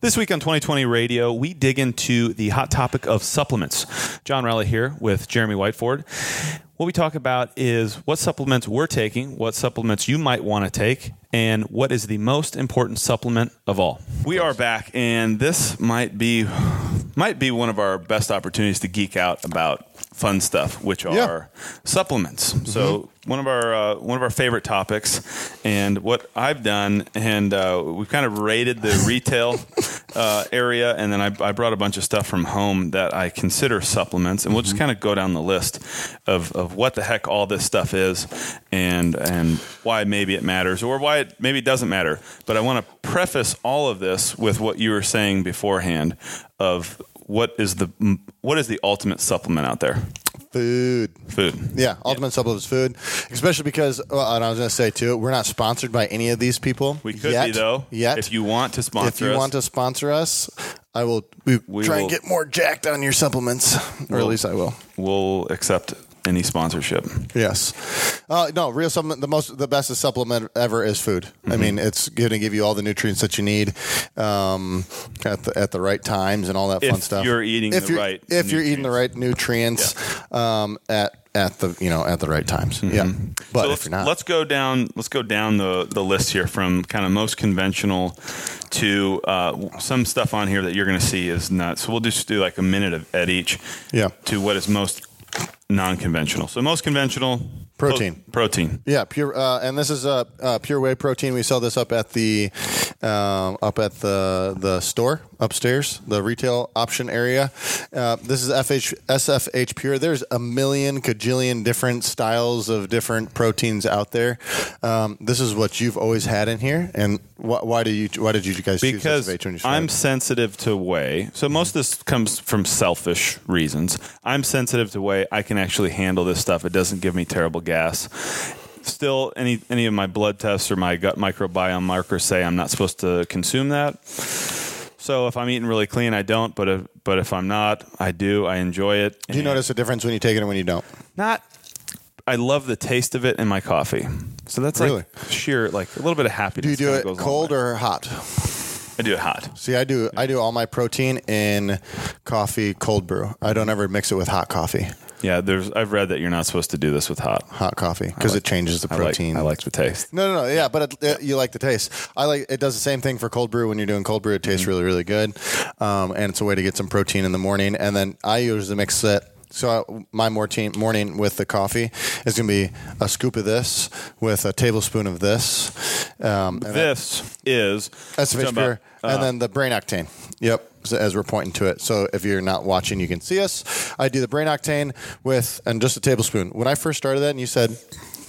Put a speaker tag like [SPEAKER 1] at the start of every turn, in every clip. [SPEAKER 1] This week on 2020 Radio, we dig into the hot topic of supplements. John Rowley here with Jeremy Whiteford. What we talk about is what supplements we're taking, what supplements you might want to take, and what is the most important supplement of all. We are back, and this might be might be one of our best opportunities to geek out about fun stuff, which are
[SPEAKER 2] Yeah.
[SPEAKER 1] supplements. So one of our uh, one of our favorite topics, and what I've done, and uh, we've kind of raided the retail uh, area, and then I, I brought a bunch of stuff from home that I consider supplements, and we'll just kind of go down the list of, of what the heck all this stuff is, and and why maybe it matters or why it maybe doesn't matter. But I want to preface all of this with what you were saying beforehand of. What is the what is the ultimate supplement out there?
[SPEAKER 2] Food.
[SPEAKER 1] Food.
[SPEAKER 2] Yeah, ultimate supplements food, especially because, well, and I was going to say too, we're not sponsored by any of these people.
[SPEAKER 1] We could
[SPEAKER 2] yet,
[SPEAKER 1] be though.
[SPEAKER 2] Yet,
[SPEAKER 1] if you want to sponsor
[SPEAKER 2] if you
[SPEAKER 1] us,
[SPEAKER 2] want to sponsor us, I will we
[SPEAKER 1] We
[SPEAKER 2] try
[SPEAKER 1] will-
[SPEAKER 2] and get more jacked on your supplements, or at
[SPEAKER 1] We'll-
[SPEAKER 2] least I will.
[SPEAKER 1] we'll accept any sponsorship.
[SPEAKER 2] Yes. Uh, no, real supplement. The most, the best supplement ever is food. I mean,
[SPEAKER 1] Mm-hmm.
[SPEAKER 2] it's going to give you all the nutrients that you need um, at the at the right times and all that fun
[SPEAKER 1] If
[SPEAKER 2] stuff.
[SPEAKER 1] you're eating
[SPEAKER 2] if
[SPEAKER 1] the
[SPEAKER 2] you're,
[SPEAKER 1] right
[SPEAKER 2] if you're eating the right nutrients um, at at the you know at the right times. Yeah. But
[SPEAKER 1] Mm-hmm. So
[SPEAKER 2] if
[SPEAKER 1] let's,
[SPEAKER 2] you're not,
[SPEAKER 1] let's go down. Let's go down the, the list here from kind of most conventional to uh, w- some stuff on here that you're going to see is nuts. So we'll just do like a minute of, at each.
[SPEAKER 2] Yeah.
[SPEAKER 1] To what is most non-conventional. So most conventional
[SPEAKER 2] Protein.
[SPEAKER 1] po- protein.
[SPEAKER 2] Yeah, pure, uh, and this is uh, uh, pure whey protein. We sell this up at the um, up at the the store upstairs, the retail option area. Uh, this is FH, SFH pure. There's a million cajillion different styles of different proteins out there. Um, this is what you've always had in here, and wh- why do you why did you guys
[SPEAKER 1] because
[SPEAKER 2] choose SFH when you started?
[SPEAKER 1] I'm sensitive to whey. So most of this comes from selfish reasons. I'm sensitive to whey. I can actually handle this stuff. It doesn't give me terrible gas. Still, any any of my blood tests or my gut microbiome markers say I'm not supposed to consume that. So if I'm eating really clean, I don't. But if, but if I'm not, I do. I enjoy it.
[SPEAKER 2] do you notice a difference when you take it and when you don't?
[SPEAKER 1] Not. I love the taste of it in my coffee. So that's
[SPEAKER 2] Really?
[SPEAKER 1] like sheer, like a little bit of happiness.
[SPEAKER 2] Do you do
[SPEAKER 1] kinda
[SPEAKER 2] it
[SPEAKER 1] goes along
[SPEAKER 2] cold
[SPEAKER 1] with
[SPEAKER 2] or hot?
[SPEAKER 1] it. I do it hot.
[SPEAKER 2] See, I do I do all my protein in coffee cold brew. I don't ever mix it with hot coffee.
[SPEAKER 1] Yeah, there's. I've read that you're not supposed to do this with hot.
[SPEAKER 2] Hot coffee because it changes the
[SPEAKER 1] I like-
[SPEAKER 2] protein.
[SPEAKER 1] I like, the taste.
[SPEAKER 2] No, no, no. Yeah, but it, it- you like the taste. I like it. Does the same thing for cold brew when you're doing cold brew. It
[SPEAKER 1] Mm-hmm.
[SPEAKER 2] tastes really, really good, um, and it's a way to get some protein in the morning. And then I usually mix it. So I, my morning morning with the coffee is going to be a scoop of this with a tablespoon of this. Um, and that-
[SPEAKER 1] This is
[SPEAKER 2] That's
[SPEAKER 1] we're
[SPEAKER 2] the
[SPEAKER 1] talking about,
[SPEAKER 2] pure.
[SPEAKER 1] uh,
[SPEAKER 2] and then the brain octane. Yep. So as we're pointing to it. So if you're not watching, you can see us. I do the brain octane with and just a tablespoon. When I first started that and you said,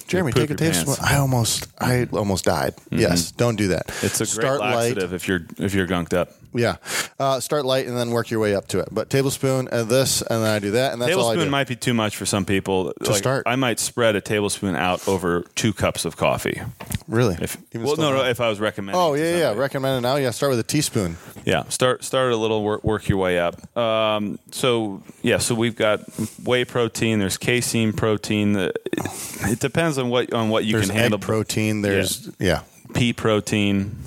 [SPEAKER 2] Jeremy,
[SPEAKER 1] poop
[SPEAKER 2] take a
[SPEAKER 1] your
[SPEAKER 2] tablespoon.
[SPEAKER 1] pants. Mm-hmm.
[SPEAKER 2] I almost I almost died. Yes. Don't do that.
[SPEAKER 1] uh, it's a great laxative if you're if you're gunked up.
[SPEAKER 2] light. Yeah. Uh, start light and then work your way up to it. But tablespoon of this and then I do that and that's all I
[SPEAKER 1] tablespoon
[SPEAKER 2] do.
[SPEAKER 1] might be too much for some people. To
[SPEAKER 2] start.
[SPEAKER 1] I might spread a tablespoon out over two cups of coffee.
[SPEAKER 2] really.
[SPEAKER 1] If
[SPEAKER 2] Even
[SPEAKER 1] well,
[SPEAKER 2] still
[SPEAKER 1] no, no,
[SPEAKER 2] not.
[SPEAKER 1] if I was recommending.
[SPEAKER 2] Oh
[SPEAKER 1] it to
[SPEAKER 2] yeah, yeah.
[SPEAKER 1] somebody.
[SPEAKER 2] Recommended now. Yeah, start with a teaspoon.
[SPEAKER 1] Yeah, start start a little, work, work your way up. Um, so yeah, so we've got whey protein. There's casein protein. The- It, it depends on what on what you
[SPEAKER 2] There's
[SPEAKER 1] can
[SPEAKER 2] egg
[SPEAKER 1] handle.
[SPEAKER 2] protein. There's yeah.
[SPEAKER 1] pea protein.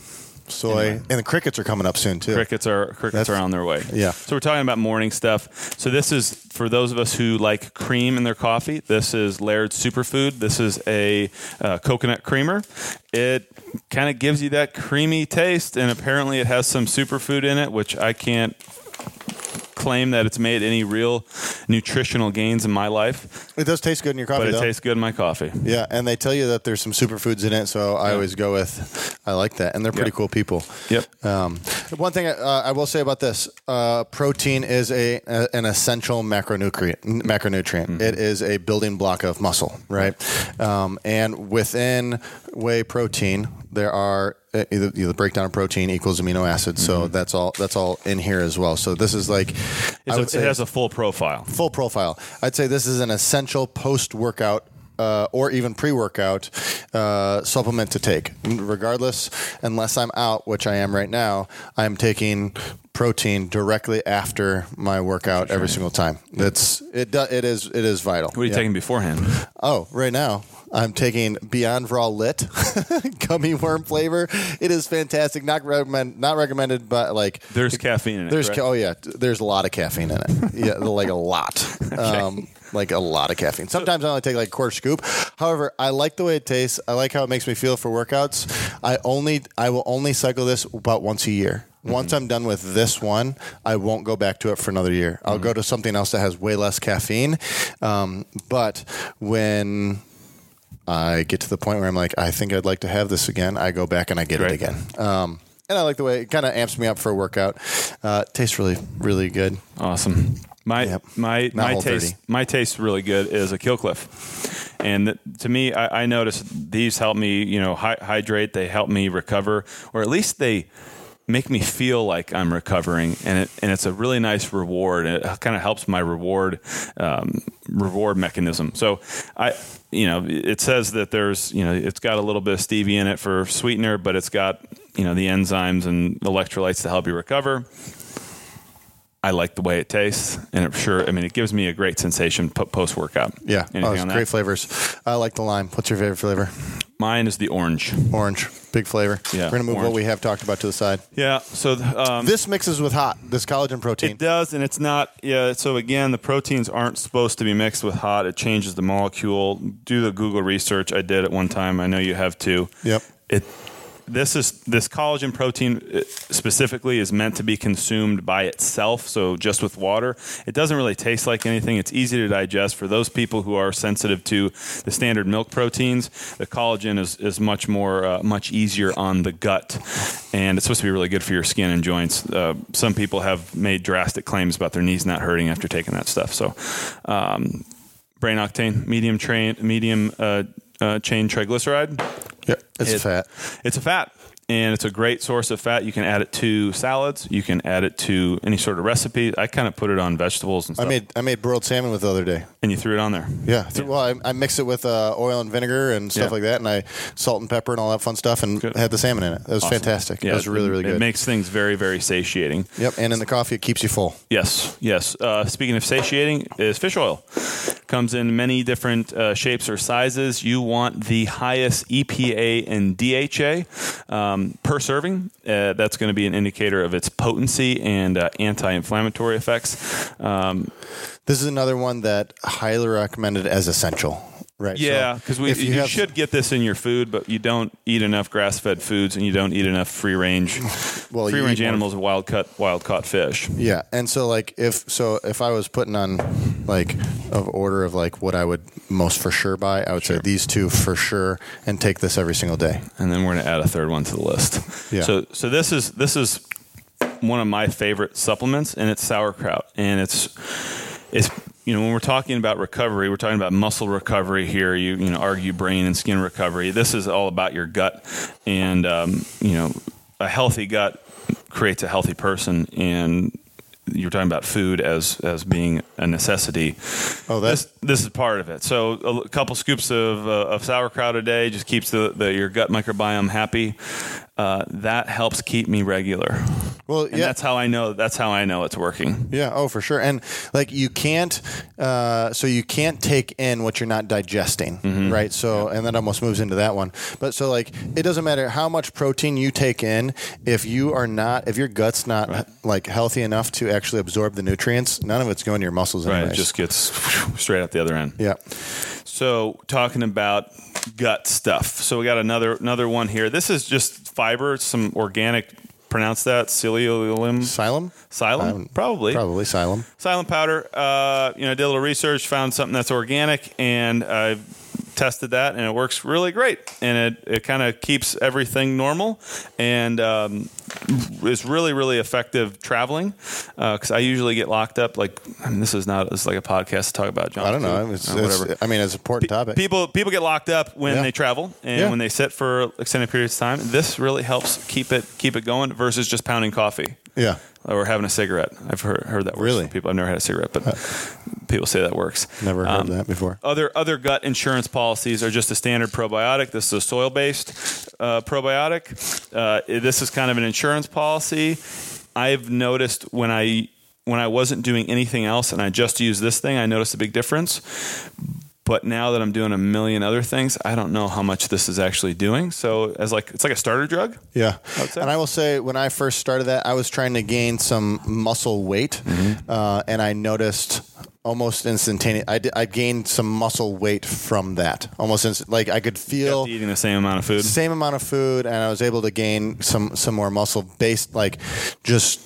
[SPEAKER 2] soy, and the crickets are coming up soon too.
[SPEAKER 1] Crickets are crickets
[SPEAKER 2] That's-
[SPEAKER 1] are on their way.
[SPEAKER 2] Yeah.
[SPEAKER 1] So we're talking about morning stuff. So this is for those of us who like cream in their coffee. This is Laird Superfood. This is a uh, coconut creamer. It kind of gives you that creamy taste, and apparently it has some superfood in it, which I can't claim that it's made any real nutritional gains in my life,
[SPEAKER 2] It does taste good in your coffee,
[SPEAKER 1] but it
[SPEAKER 2] though.
[SPEAKER 1] tastes good in my coffee.
[SPEAKER 2] yeah, and they tell you that there's some superfoods in it, so I always go with, I like that, and they're pretty
[SPEAKER 1] Yeah.
[SPEAKER 2] cool people.
[SPEAKER 1] Yep.
[SPEAKER 2] Um, one thing uh, I will say about this: uh, protein is a, a an essential macronutrient. Macronutrient.
[SPEAKER 1] Mm-hmm.
[SPEAKER 2] It is a building block of muscle, right? Um, and within whey protein, there are uh, the, the breakdown of protein equals amino acids.
[SPEAKER 1] Mm-hmm.
[SPEAKER 2] So that's all that's all in here as well. So this is like,
[SPEAKER 1] It's
[SPEAKER 2] I
[SPEAKER 1] a-
[SPEAKER 2] would say
[SPEAKER 1] it has a full profile.
[SPEAKER 2] full profile. I'd say this is an essential post workout. Uh, or even pre-workout uh, supplement to take, regardless. Unless I'm out, which I am right now, I'm taking protein directly after my workout every single time. That's it. Do, it is it is vital.
[SPEAKER 1] What are you
[SPEAKER 2] Yeah.
[SPEAKER 1] taking beforehand?
[SPEAKER 2] Oh, right now I'm taking Beyond Raw Lit gummy worm flavor. It is fantastic. Not recommend, not recommended, but like
[SPEAKER 1] There's caffeine in it.
[SPEAKER 2] there's
[SPEAKER 1] correct?
[SPEAKER 2] ca- oh yeah, t- there's a lot of caffeine in it. Yeah, like a lot. Um, like a lot of caffeine. Sometimes I only take like a quarter scoop. However, I like the way it tastes. I like how it makes me feel for workouts. I only I will only cycle this about once a year.
[SPEAKER 1] Mm-hmm.
[SPEAKER 2] Once I'm done with this one, I won't go back to it for another year.
[SPEAKER 1] Mm-hmm.
[SPEAKER 2] I'll go to something else that has way less caffeine. Um, but when I get to the point where I'm like, I think I'd like to have this again. I go back and I get
[SPEAKER 1] Right.
[SPEAKER 2] it again. Um, and I like the way it kind of amps me up for a workout. Uh, it tastes really, really good.
[SPEAKER 1] Awesome. My
[SPEAKER 2] Yep.
[SPEAKER 1] my
[SPEAKER 2] Not
[SPEAKER 1] my
[SPEAKER 2] all
[SPEAKER 1] taste
[SPEAKER 2] dirty.
[SPEAKER 1] my taste really good is a Killcliff, and th- to me, I, I notice these help me you know hy- hydrate. They help me recover, or at least they make me feel like I'm recovering, and it, and it's a really nice reward. And it kind of helps my reward um, reward mechanism. So I you know it says that there's you know it's got a little bit of stevia in it for sweetener, but it's got you know the enzymes and electrolytes to help you recover. I like the way it tastes, and it sure. I mean, it gives me a great sensation post workout.
[SPEAKER 2] Yeah.
[SPEAKER 1] anything
[SPEAKER 2] Oh, it's
[SPEAKER 1] on
[SPEAKER 2] great
[SPEAKER 1] that?
[SPEAKER 2] flavors. I like the lime. What's your favorite flavor?
[SPEAKER 1] Mine is the orange.
[SPEAKER 2] Orange. Big flavor.
[SPEAKER 1] Yeah,
[SPEAKER 2] We're going to move what
[SPEAKER 1] orange.
[SPEAKER 2] we have talked about to the side.
[SPEAKER 1] Yeah. So um,
[SPEAKER 2] This mixes with hot, this collagen protein.
[SPEAKER 1] it does, and it's not. Yeah. So again, the proteins aren't supposed to be mixed with hot. It changes the molecule. Do the Google research. I did at one time. I know you have too.
[SPEAKER 2] Yep.
[SPEAKER 1] It. This is this collagen protein uh, specifically is meant to be consumed by itself, so just with water. It doesn't really taste like anything. It's easy to digest for those people who are sensitive to the standard milk proteins. The collagen is, is much more uh, much easier on the gut, and it's supposed to be really good for your skin and joints. Uh, some people have made drastic claims about their knees not hurting after taking that stuff. So, um, brain octane, medium train, medium uh, uh, chain triglyceride.
[SPEAKER 2] Yep. It's
[SPEAKER 1] It-
[SPEAKER 2] fat.
[SPEAKER 1] It's a fat. And it's a great source of fat. You can add it to salads. You can add it to any sort of recipe. I kind of put it on vegetables and
[SPEAKER 2] I
[SPEAKER 1] stuff.
[SPEAKER 2] made I made broiled salmon with the other day.
[SPEAKER 1] and you threw it on there.
[SPEAKER 2] Yeah. Th- Well, I, I mix it with uh, oil and vinegar and stuff
[SPEAKER 1] Yeah.
[SPEAKER 2] like that, and I salt and pepper and all that fun stuff, and
[SPEAKER 1] Good.
[SPEAKER 2] had the salmon in it. That was fantastic.
[SPEAKER 1] Yeah,
[SPEAKER 2] it was really, really
[SPEAKER 1] It
[SPEAKER 2] good.
[SPEAKER 1] makes things very, very satiating.
[SPEAKER 2] yep. And in the coffee, it keeps you full.
[SPEAKER 1] Yes, yes. Uh, speaking of satiating, is fish oil. Comes in many different uh, shapes or sizes. You want the highest EPA and DHA um, per serving. Uh, that's going to be an indicator of its potency and uh, anti-inflammatory effects. Um,
[SPEAKER 2] This is another one that highly recommended as essential. Right.
[SPEAKER 1] Yeah,
[SPEAKER 2] So
[SPEAKER 1] because we you,
[SPEAKER 2] have-
[SPEAKER 1] should get this in your food, but you don't eat enough grass fed foods and you don't eat enough free range
[SPEAKER 2] Well, you
[SPEAKER 1] free range
[SPEAKER 2] eat more-
[SPEAKER 1] animals and wild cut wild caught fish.
[SPEAKER 2] Yeah, and so like if so if I was putting on like of order of like what I would most for sure buy, I would say these two for sure, and take this every single day.
[SPEAKER 1] And then we're gonna add a third one to the list.
[SPEAKER 2] Yeah.
[SPEAKER 1] So so this is this is one of my favorite supplements and it's sauerkraut and it's it's you know when we're talking about recovery we're talking about muscle recovery here you you know argue brain and skin recovery this is all about your gut and um, you know a healthy gut creates a healthy person and you're talking about food as as being a necessity
[SPEAKER 2] Oh, that's-
[SPEAKER 1] this, this is part of it so a l- couple scoops of, uh, of sauerkraut a day just keeps the, the your gut microbiome happy uh, that helps keep me regular
[SPEAKER 2] Well,
[SPEAKER 1] and
[SPEAKER 2] yeah,
[SPEAKER 1] that's how I know. That's how I know it's working.
[SPEAKER 2] yeah, oh for sure, and like you can't, uh, so you can't take in what you're not digesting,
[SPEAKER 1] Mm-hmm.
[SPEAKER 2] right? So and that almost moves into that one, but so like it doesn't matter how much protein you take in if you are not if your gut's not like healthy enough to actually absorb the nutrients, none of it's going to your muscles,
[SPEAKER 1] Right,
[SPEAKER 2] anyways.
[SPEAKER 1] it just gets whew, straight out the other end.
[SPEAKER 2] yeah,
[SPEAKER 1] So talking about gut stuff. So we got another another one here. This is just fiber, some organic. Pronounce that psyllium,
[SPEAKER 2] xylem,
[SPEAKER 1] xylem, probably.
[SPEAKER 2] probably xylem.
[SPEAKER 1] Silent powder. Uh, you know, did a little research, found something that's organic, and I've tested that, and it works really great. And it, it kind of keeps everything normal, and um, is really really effective traveling. Because I usually get locked up. Like I mean, this is not this is like a podcast to talk about. John
[SPEAKER 2] I don't know.
[SPEAKER 1] food,
[SPEAKER 2] It's,
[SPEAKER 1] uh,
[SPEAKER 2] it's- I mean, it's an important topic.
[SPEAKER 1] People people get locked up when
[SPEAKER 2] Yeah.
[SPEAKER 1] they travel and
[SPEAKER 2] Yeah.
[SPEAKER 1] when they sit for extended periods of time. This really helps keep it keep it going versus just pounding coffee
[SPEAKER 2] yeah.
[SPEAKER 1] or having a cigarette. I've heard, heard that works.
[SPEAKER 2] Really? Uh.
[SPEAKER 1] from people I've never had a cigarette, but people say that works.
[SPEAKER 2] Never heard
[SPEAKER 1] Um,
[SPEAKER 2] that before.
[SPEAKER 1] Other other gut insurance policies are just a standard probiotic. This is a soil based uh, probiotic. Uh, this is kind of an insurance policy. I've noticed when I when I wasn't doing anything else and I just used this thing, I noticed a big difference. But now that I'm doing a million other things, I don't know how much this is actually doing. So as like it's like a starter drug.
[SPEAKER 2] Yeah.
[SPEAKER 1] Outside.
[SPEAKER 2] And I will say, when I first started that, I was trying to gain some muscle weight,
[SPEAKER 1] Mm-hmm.
[SPEAKER 2] uh, and I noticed almost instantaneous. I, did, I gained some muscle weight from that. Almost instant, like I could feel
[SPEAKER 1] Eating the same amount of food.
[SPEAKER 2] same amount of food, and I was able to gain some some more muscle based, like just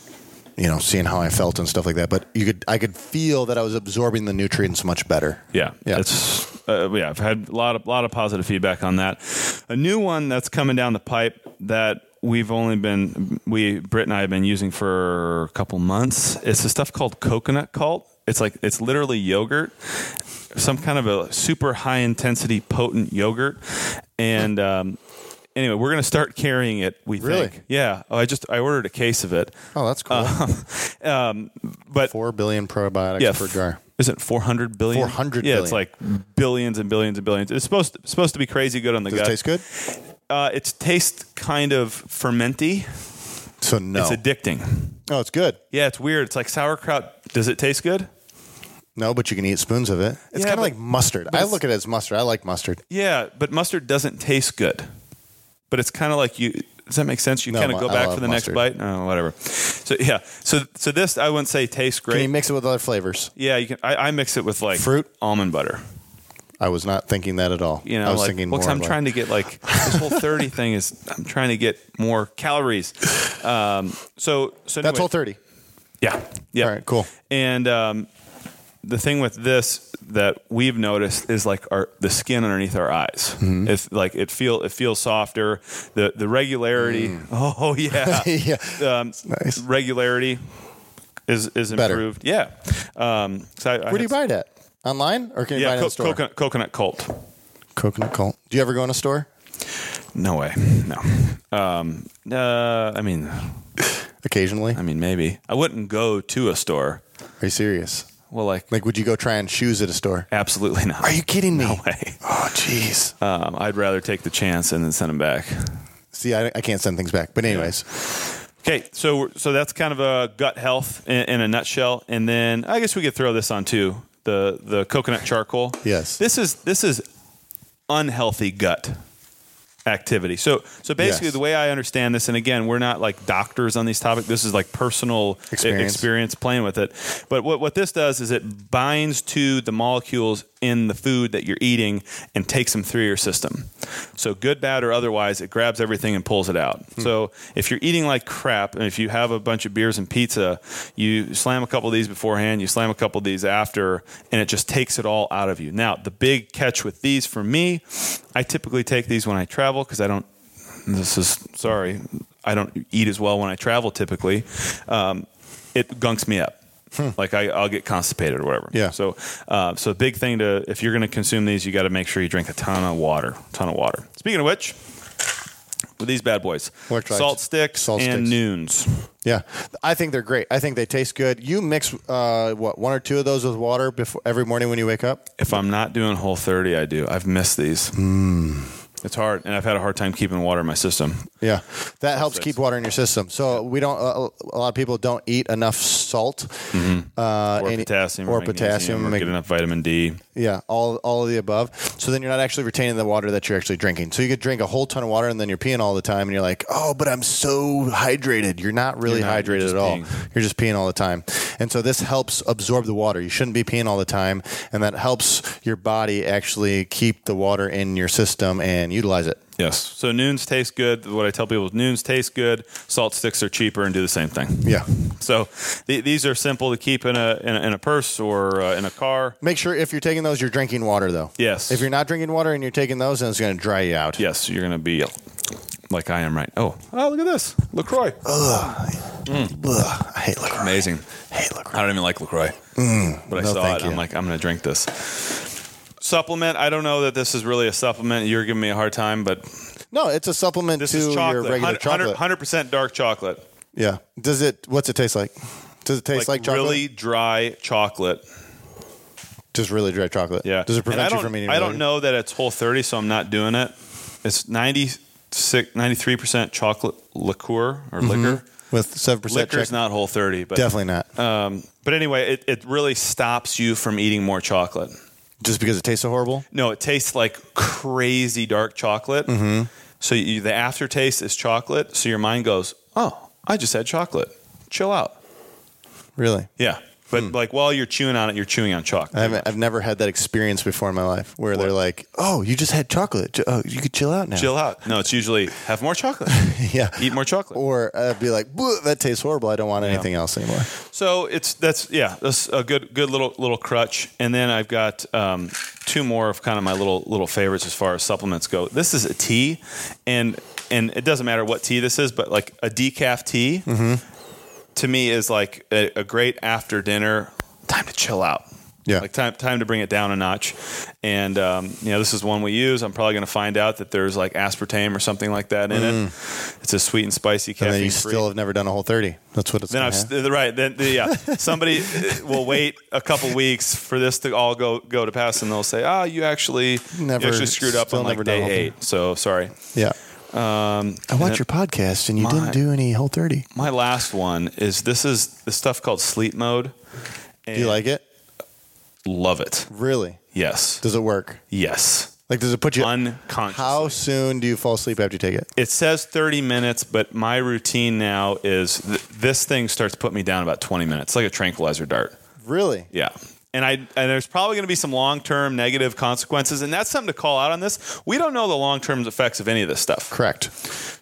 [SPEAKER 2] you know seeing how I felt and stuff like that. But you could I could feel that I was absorbing the nutrients much better.
[SPEAKER 1] Yeah,
[SPEAKER 2] Yeah.
[SPEAKER 1] It's uh, yeah. I've had a lot of lot of positive feedback on that. A new one that's coming down the pipe that we've only been we Britt and I have been using for a couple months. It's a stuff called coconut cult. It's like it's literally yogurt, some kind of a super high intensity potent yogurt, and. Um, Anyway, we're going to start carrying it. We
[SPEAKER 2] Really?
[SPEAKER 1] think, yeah. Oh, I just I ordered a case of it,
[SPEAKER 2] Oh, that's cool.
[SPEAKER 1] um, but
[SPEAKER 2] Four billion probiotics
[SPEAKER 1] Uh-huh. yeah,
[SPEAKER 2] per
[SPEAKER 1] f-
[SPEAKER 2] jar.
[SPEAKER 1] Isn't 400 billion?
[SPEAKER 2] 400
[SPEAKER 1] Yeah, it's
[SPEAKER 2] billion.
[SPEAKER 1] like billions and billions and billions. It's supposed to, supposed to be crazy good on the
[SPEAKER 2] Does
[SPEAKER 1] gut.
[SPEAKER 2] it taste good?
[SPEAKER 1] Uh, it's taste kind of fermenty.
[SPEAKER 2] So no.
[SPEAKER 1] It's addicting.
[SPEAKER 2] oh, it's good.
[SPEAKER 1] Yeah, it's weird. It's like sauerkraut. Does it taste good?
[SPEAKER 2] No, but you can eat spoons of it.
[SPEAKER 1] Yeah,
[SPEAKER 2] It's kind of
[SPEAKER 1] but-
[SPEAKER 2] like mustard. I
[SPEAKER 1] it's-
[SPEAKER 2] look at it as mustard. I like mustard.
[SPEAKER 1] Yeah, but mustard doesn't taste good. But it's kind of like you. Does that make sense? You
[SPEAKER 2] No,
[SPEAKER 1] kind of
[SPEAKER 2] mu-
[SPEAKER 1] go
[SPEAKER 2] I
[SPEAKER 1] back
[SPEAKER 2] love
[SPEAKER 1] for the
[SPEAKER 2] mustard.
[SPEAKER 1] next bite. Oh, whatever. So yeah. So so this I wouldn't say tastes
[SPEAKER 2] Can
[SPEAKER 1] great.
[SPEAKER 2] you mix it with other flavors?
[SPEAKER 1] yeah, you can. I, I mix it with like
[SPEAKER 2] Fruit?
[SPEAKER 1] almond butter.
[SPEAKER 2] I was not thinking that at all.
[SPEAKER 1] You know,
[SPEAKER 2] I was
[SPEAKER 1] like,
[SPEAKER 2] thinking
[SPEAKER 1] well, 'cause
[SPEAKER 2] more.
[SPEAKER 1] I'm
[SPEAKER 2] of like-
[SPEAKER 1] trying to get like this whole 30 thing is I'm trying to get more calories. Um, so, so
[SPEAKER 2] That's
[SPEAKER 1] anyway,
[SPEAKER 2] whole thirty.
[SPEAKER 1] Yeah. Yeah.
[SPEAKER 2] All right, cool.
[SPEAKER 1] And, um, the thing with this that we've noticed is like our the skin underneath our eyes.
[SPEAKER 2] Mm-hmm.
[SPEAKER 1] If like it feel it feels softer. The the regularity.
[SPEAKER 2] Mm.
[SPEAKER 1] Oh yeah.
[SPEAKER 2] Yeah.
[SPEAKER 1] Um,
[SPEAKER 2] nice.
[SPEAKER 1] Regularity is is
[SPEAKER 2] Better.
[SPEAKER 1] improved. Yeah. Um, so I,
[SPEAKER 2] Where do you buy that? Online or can you
[SPEAKER 1] Yeah,
[SPEAKER 2] buy it in
[SPEAKER 1] co-
[SPEAKER 2] the store?
[SPEAKER 1] coconut coconut cult.
[SPEAKER 2] Coconut cult. Do you ever go in a store?
[SPEAKER 1] No way. No. Um, uh, I mean,
[SPEAKER 2] Occasionally.
[SPEAKER 1] I
[SPEAKER 2] Are
[SPEAKER 1] mean, maybe I wouldn't go to a store.
[SPEAKER 2] you serious?
[SPEAKER 1] Well, like,
[SPEAKER 2] Like, would you go try on shoes at a store?
[SPEAKER 1] absolutely not.
[SPEAKER 2] Are you kidding me?
[SPEAKER 1] No way.
[SPEAKER 2] Oh, jeez.
[SPEAKER 1] Um, I'd rather take the chance and then send them back.
[SPEAKER 2] See, I, I can't send things back. But anyways,
[SPEAKER 1] Okay, so we're- so that's kind of a gut health in, in a nutshell, and then I guess we could throw this on too the the coconut charcoal.
[SPEAKER 2] Yes.
[SPEAKER 1] this is this is unhealthy gut activity. So so basically,
[SPEAKER 2] Yes.
[SPEAKER 1] the way I understand this, and again, we're not like doctors on these topics. This is like personal e-
[SPEAKER 2] Experience.
[SPEAKER 1] experience playing with it. But what what this does is it binds to the molecules in the food that you're eating and takes them through your system. So good, bad, or otherwise, it grabs everything and pulls it out. So if you're eating like crap, and if you have a bunch of beers and pizza, you slam a couple of these beforehand, you slam a couple of these after, and it just takes it all out of you. Now the big catch with these for me, I typically take these when I travel because I don't this is sorry i don't eat as well when i travel typically um, it gunks me up like I, i'll get constipated or whatever
[SPEAKER 2] Hmm. Yeah.
[SPEAKER 1] so uh, so big thing to if you're going to consume these you got to make sure you drink a ton of water ton of water speaking of which with these bad boys
[SPEAKER 2] Electrolytes.
[SPEAKER 1] salt sticks
[SPEAKER 2] Salt
[SPEAKER 1] and
[SPEAKER 2] sticks.
[SPEAKER 1] noons
[SPEAKER 2] Yeah, I think they're great. I think they taste good. You mix uh, what one or two of those with water before every morning when you wake up.
[SPEAKER 1] if i'm not doing whole 30 i do i've missed these
[SPEAKER 2] Hmm.
[SPEAKER 1] it's hard and i've had a hard time keeping water in my system
[SPEAKER 2] Yeah, that helps
[SPEAKER 1] sticks.
[SPEAKER 2] keep water in your system. So we don't. Uh, a lot of people don't eat enough salt uh,
[SPEAKER 1] Mm-hmm. or
[SPEAKER 2] and-
[SPEAKER 1] potassium
[SPEAKER 2] or
[SPEAKER 1] magnesium,
[SPEAKER 2] potassium.
[SPEAKER 1] or
[SPEAKER 2] mag-
[SPEAKER 1] get enough vitamin d
[SPEAKER 2] Yeah, all all of the above. So then you're not actually retaining the water that you're actually drinking. So you could drink a whole ton of water and then you're peeing all the time, and you're like, oh, but I'm so hydrated. You're not really
[SPEAKER 1] You're not, you're
[SPEAKER 2] hydrated
[SPEAKER 1] just
[SPEAKER 2] at all.
[SPEAKER 1] peeing.
[SPEAKER 2] You're just peeing all the time. And so this helps absorb the water. You shouldn't be peeing all the time, and that helps your body actually keep the water in your system and utilize it.
[SPEAKER 1] Yes. So noons taste good. What I tell people is noons taste good. Salt sticks are cheaper and do the same thing.
[SPEAKER 2] Yeah.
[SPEAKER 1] So th- these are simple to keep in a in a, in a purse or uh, in a car.
[SPEAKER 2] Make sure if you're taking those, you're drinking water though.
[SPEAKER 1] Yes.
[SPEAKER 2] If you're not drinking water and you're taking those, then it's going to dry you out.
[SPEAKER 1] Yes, you're gonna be like I am right. Oh, oh, look at this, Lacroix.
[SPEAKER 2] Ugh, I hate liquor.
[SPEAKER 1] Amazing.
[SPEAKER 2] hate liquor.
[SPEAKER 1] I don't even like Lacroix, but
[SPEAKER 2] Mm. no,
[SPEAKER 1] I saw
[SPEAKER 2] thank
[SPEAKER 1] it.
[SPEAKER 2] you.
[SPEAKER 1] I'm like, I'm gonna drink this. Supplement. I don't know that this is really a supplement. You're giving me a hard time, but
[SPEAKER 2] No, it's a supplement
[SPEAKER 1] this
[SPEAKER 2] to
[SPEAKER 1] is
[SPEAKER 2] your
[SPEAKER 1] chocolate.
[SPEAKER 2] regular chocolate.
[SPEAKER 1] Hundred percent dark chocolate.
[SPEAKER 2] Yeah. Does it? What's it taste like? Does it taste like, chocolate?
[SPEAKER 1] really dry chocolate.
[SPEAKER 2] Just really dry chocolate.
[SPEAKER 1] Yeah.
[SPEAKER 2] Does it
[SPEAKER 1] And I
[SPEAKER 2] prevent you
[SPEAKER 1] don't-
[SPEAKER 2] from eating?
[SPEAKER 1] I
[SPEAKER 2] really-
[SPEAKER 1] don't know that it's whole 30, so I'm not doing it. It's 96, 93% chocolate liqueur or liquor.
[SPEAKER 2] with seven
[SPEAKER 1] Liquor's
[SPEAKER 2] percent Mm-hmm. check.
[SPEAKER 1] not Whole 30, but
[SPEAKER 2] Definitely not.
[SPEAKER 1] Um, but anyway, it, it really stops you from eating more chocolate.
[SPEAKER 2] Just because it tastes so horrible.
[SPEAKER 1] No, it tastes like crazy dark chocolate. Mm-hmm. So you, the aftertaste is chocolate. So your mind goes, "Oh, I just had chocolate. Chill out."
[SPEAKER 2] Really,
[SPEAKER 1] Yeah, but like while you're chewing on it, you're chewing on
[SPEAKER 2] Hmm. I
[SPEAKER 1] chocolate.
[SPEAKER 2] haven't. I've never had that experience before in my life where they're like, "Oh, you just had chocolate. Ch- Oh, you could chill out now."
[SPEAKER 1] Chill out. No, it's usually have more chocolate.
[SPEAKER 2] yeah.
[SPEAKER 1] Eat more chocolate.
[SPEAKER 2] Or I'd be like, "Bleh, "That tastes horrible. I don't want anything else anymore."
[SPEAKER 1] So it's that's yeah, that's a good good little little crutch. And then I've got um, two more of kind of my little little favorites as far as supplements go. This is a tea, and and it doesn't matter what tea this is, but like a decaf tea
[SPEAKER 2] Mm-hmm.
[SPEAKER 1] to me is like a, a great after dinner time to chill out.
[SPEAKER 2] Yeah.
[SPEAKER 1] like time time to bring it down a notch. And um, you know this is one we use. I'm probably going to find out that there's like aspartame or something like that in it. It's a sweet and spicy
[SPEAKER 2] Mm. And
[SPEAKER 1] caffeine.
[SPEAKER 2] then you
[SPEAKER 1] free.
[SPEAKER 2] still have never done a whole thirty. That's what it's.
[SPEAKER 1] Then
[SPEAKER 2] gonna
[SPEAKER 1] I've
[SPEAKER 2] have.
[SPEAKER 1] st- right. Then the, yeah, somebody uh, will wait a couple weeks for this to all go go to pass, and they'll say, "Ah, you actually
[SPEAKER 2] Never-
[SPEAKER 1] you actually screwed up
[SPEAKER 2] still
[SPEAKER 1] on like
[SPEAKER 2] never done
[SPEAKER 1] day
[SPEAKER 2] whole thing."
[SPEAKER 1] eight. So sorry.
[SPEAKER 2] yeah.
[SPEAKER 1] Um,
[SPEAKER 2] I watched your podcast and you
[SPEAKER 1] My-
[SPEAKER 2] didn't do any whole thirty.
[SPEAKER 1] my last one is this is the stuff called sleep mode. And
[SPEAKER 2] Do you like it?
[SPEAKER 1] Love it.
[SPEAKER 2] Really?
[SPEAKER 1] Yes.
[SPEAKER 2] Does it work?
[SPEAKER 1] Yes.
[SPEAKER 2] Like, does it put you?
[SPEAKER 1] Unconscious.
[SPEAKER 2] how soon do you fall asleep after you take it?
[SPEAKER 1] It says 30 minutes, but my routine now is th- this thing starts putting me down about 20 minutes, like a tranquilizer dart.
[SPEAKER 2] Really?
[SPEAKER 1] Yeah. And I and there's probably going to be some long-term negative consequences and that's something to call out on this. We don't know the long-term effects of any of this stuff.
[SPEAKER 2] Correct.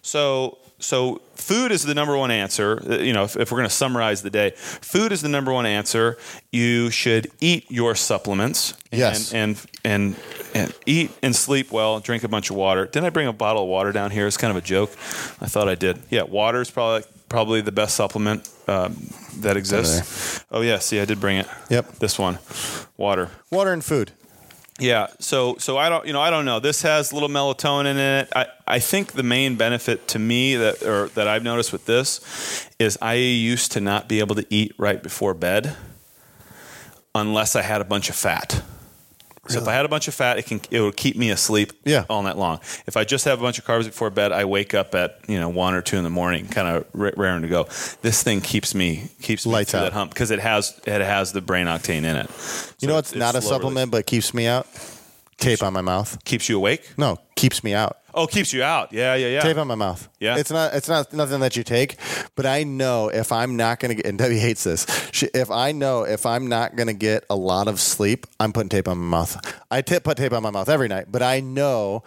[SPEAKER 1] So so food is the number one answer. Uh, You know, if, if we're going to summarize the day, food is the number one answer. You should eat your supplements. And,
[SPEAKER 2] Yes.
[SPEAKER 1] And and and eat and sleep well. Drink a bunch of water. Didn't I bring a bottle of water down here? It's kind of a joke. I thought I did. Yeah, water is probably probably the best supplement um, that exists. Oh yeah, see, I did bring it.
[SPEAKER 2] Yep.
[SPEAKER 1] This one, water.
[SPEAKER 2] Water and food.
[SPEAKER 1] Yeah. So so I don't you know I don't know. This has a little melatonin in it. I, I think the main benefit to me that or that I've noticed with this is I used to not be able to eat right before bed unless I had a bunch of fat. So if I had a bunch of fat, it can it would keep me asleep
[SPEAKER 2] Yeah.
[SPEAKER 1] all night long. If I just have a bunch of carbs before bed, I wake up at you know one or two in the morning, kind of r- raring to go. This thing keeps me keeps me
[SPEAKER 2] Lights
[SPEAKER 1] through
[SPEAKER 2] out.
[SPEAKER 1] that hump because it has it has the brain octane in it.
[SPEAKER 2] You
[SPEAKER 1] So
[SPEAKER 2] know what's not
[SPEAKER 1] slow
[SPEAKER 2] a
[SPEAKER 1] release.
[SPEAKER 2] supplement but keeps me out? Tape on my mouth.
[SPEAKER 1] keeps you awake.
[SPEAKER 2] No, keeps me out.
[SPEAKER 1] Oh, keeps you out. Yeah, yeah, yeah.
[SPEAKER 2] Tape on my mouth.
[SPEAKER 1] Yeah.
[SPEAKER 2] it's not. It's not nothing that you take, but I know if I'm not going to get. And Debbie hates this. She, if I know if I'm not going to get a lot of sleep, I'm putting tape on my mouth. I tip put tape on my mouth every night, but I know.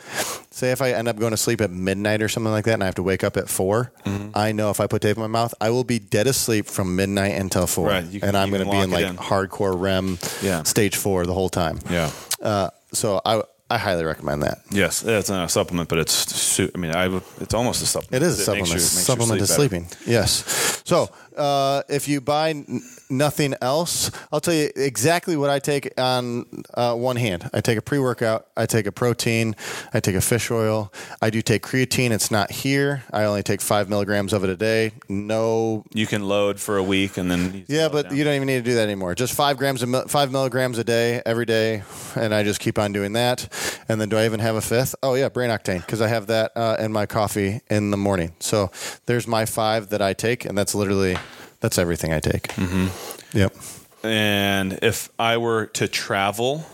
[SPEAKER 2] Say if I end up going to sleep at midnight or something like that, and I have to wake up at 4
[SPEAKER 1] Mm-hmm.
[SPEAKER 2] I know if I put tape on my mouth, I will be dead asleep from midnight until four,
[SPEAKER 1] Right, you can-
[SPEAKER 2] and I'm
[SPEAKER 1] you can
[SPEAKER 2] going to be in
[SPEAKER 1] lock
[SPEAKER 2] like
[SPEAKER 1] it in.
[SPEAKER 2] hardcore REM,
[SPEAKER 1] Yeah.
[SPEAKER 2] stage four the whole time.
[SPEAKER 1] Yeah.
[SPEAKER 2] Uh, so I I highly recommend that.
[SPEAKER 1] Yes, that's not a supplement, but it's. Su- I mean, I would- it's almost a supplement.
[SPEAKER 2] It is a
[SPEAKER 1] makes
[SPEAKER 2] supplement.
[SPEAKER 1] you- makes you
[SPEAKER 2] supplement to
[SPEAKER 1] sleep better.
[SPEAKER 2] sleeping. Yes. So uh, if you buy n- nothing else, I'll tell you exactly what I take on uh, one hand. I take a pre workout. I take a protein. I take a fish oil. I do take creatine. It's not here. I only take five milligrams of it a day. No.
[SPEAKER 1] You can load for a week and then. you slow
[SPEAKER 2] Yeah,
[SPEAKER 1] it
[SPEAKER 2] but
[SPEAKER 1] down.
[SPEAKER 2] you don't even need to do that anymore. Just five grams, a mil- five milligrams a day, every day, and I just keep on doing that. And then, do I even have a fifth? Oh yeah, brain octane, because I have that uh, in my coffee in the morning. So there's my five that I take, and that's literally that's everything I take. Mm-hmm. Yep.
[SPEAKER 1] And if I were to travel,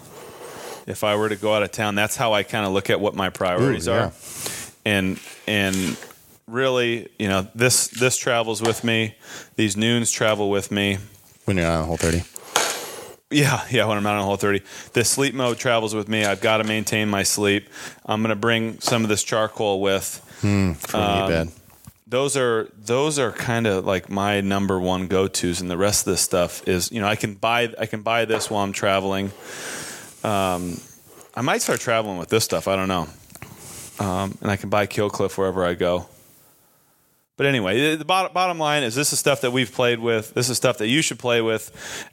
[SPEAKER 1] if I were to go out of town, that's how I kind of look at what my priorities
[SPEAKER 2] Ooh, yeah.
[SPEAKER 1] are. And and really, you know, this this travels with me. These noons travel with me.
[SPEAKER 2] When you're on a whole thirty.
[SPEAKER 1] Yeah, yeah. When I'm out on Whole 30, the sleep mode travels with me. I've got to maintain my sleep. I'm going to bring some of this charcoal with.
[SPEAKER 2] It's really
[SPEAKER 1] Um,
[SPEAKER 2] bad.
[SPEAKER 1] Those are those are kind of like my number one go tos, and the rest of this stuff is you know I can buy I can buy this while I'm traveling. Um, I might start traveling with this stuff. I don't know, um, and I can buy Killcliff wherever I go. But anyway, the- the bottom, bottom line is this is stuff that we've played with. This is stuff that you should play with.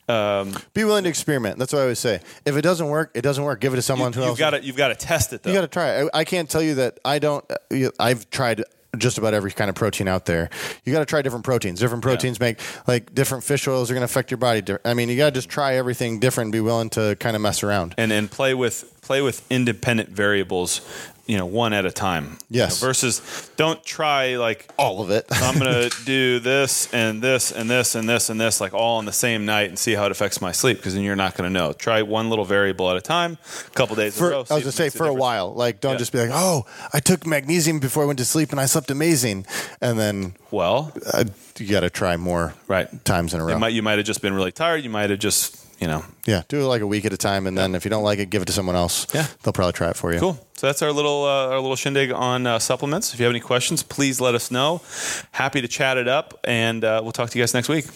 [SPEAKER 1] Um,
[SPEAKER 2] Be willing to experiment. That's what I always say. If it doesn't work, it doesn't work. Give it to someone who
[SPEAKER 1] you, have
[SPEAKER 2] else.
[SPEAKER 1] got to you've got to test it though.
[SPEAKER 2] You got to try. it. I, I can't tell you that I don't. uh, you- I've tried just about every kind of protein out there. You got to try different proteins. Different proteins make like different fish oils are going to affect your body. di- I mean, you got to just try everything different. and Be willing to kind of mess around.
[SPEAKER 1] and and play with play with independent variables you know one at a time.
[SPEAKER 2] Yes.
[SPEAKER 1] You know, versus don't try like
[SPEAKER 2] all of it.
[SPEAKER 1] I'm gonna do this and this and this and this and this like all on the same night and see how it affects my sleep because then you're not gonna know. Try one little variable at a time, a couple days.
[SPEAKER 2] For-
[SPEAKER 1] in a row,
[SPEAKER 2] I
[SPEAKER 1] see if
[SPEAKER 2] was
[SPEAKER 1] it
[SPEAKER 2] gonna say
[SPEAKER 1] makes a
[SPEAKER 2] for a
[SPEAKER 1] difference.
[SPEAKER 2] while, like don't
[SPEAKER 1] Yeah.
[SPEAKER 2] just be like, oh, I took magnesium before I went to sleep and I slept amazing, and then
[SPEAKER 1] Well,
[SPEAKER 2] uh, you got to try more
[SPEAKER 1] right.
[SPEAKER 2] times in a row.
[SPEAKER 1] It might, you might have just been really tired. You might have just you know
[SPEAKER 2] yeah, do it like a week at a time, and then if you don't like it, give it to someone else.
[SPEAKER 1] Yeah.
[SPEAKER 2] they'll probably try it for you.
[SPEAKER 1] Cool. So that's our little uh, our little shindig on uh, supplements. If you have any questions, please let us know. Happy to chat it up, and uh, we'll talk to you guys next week.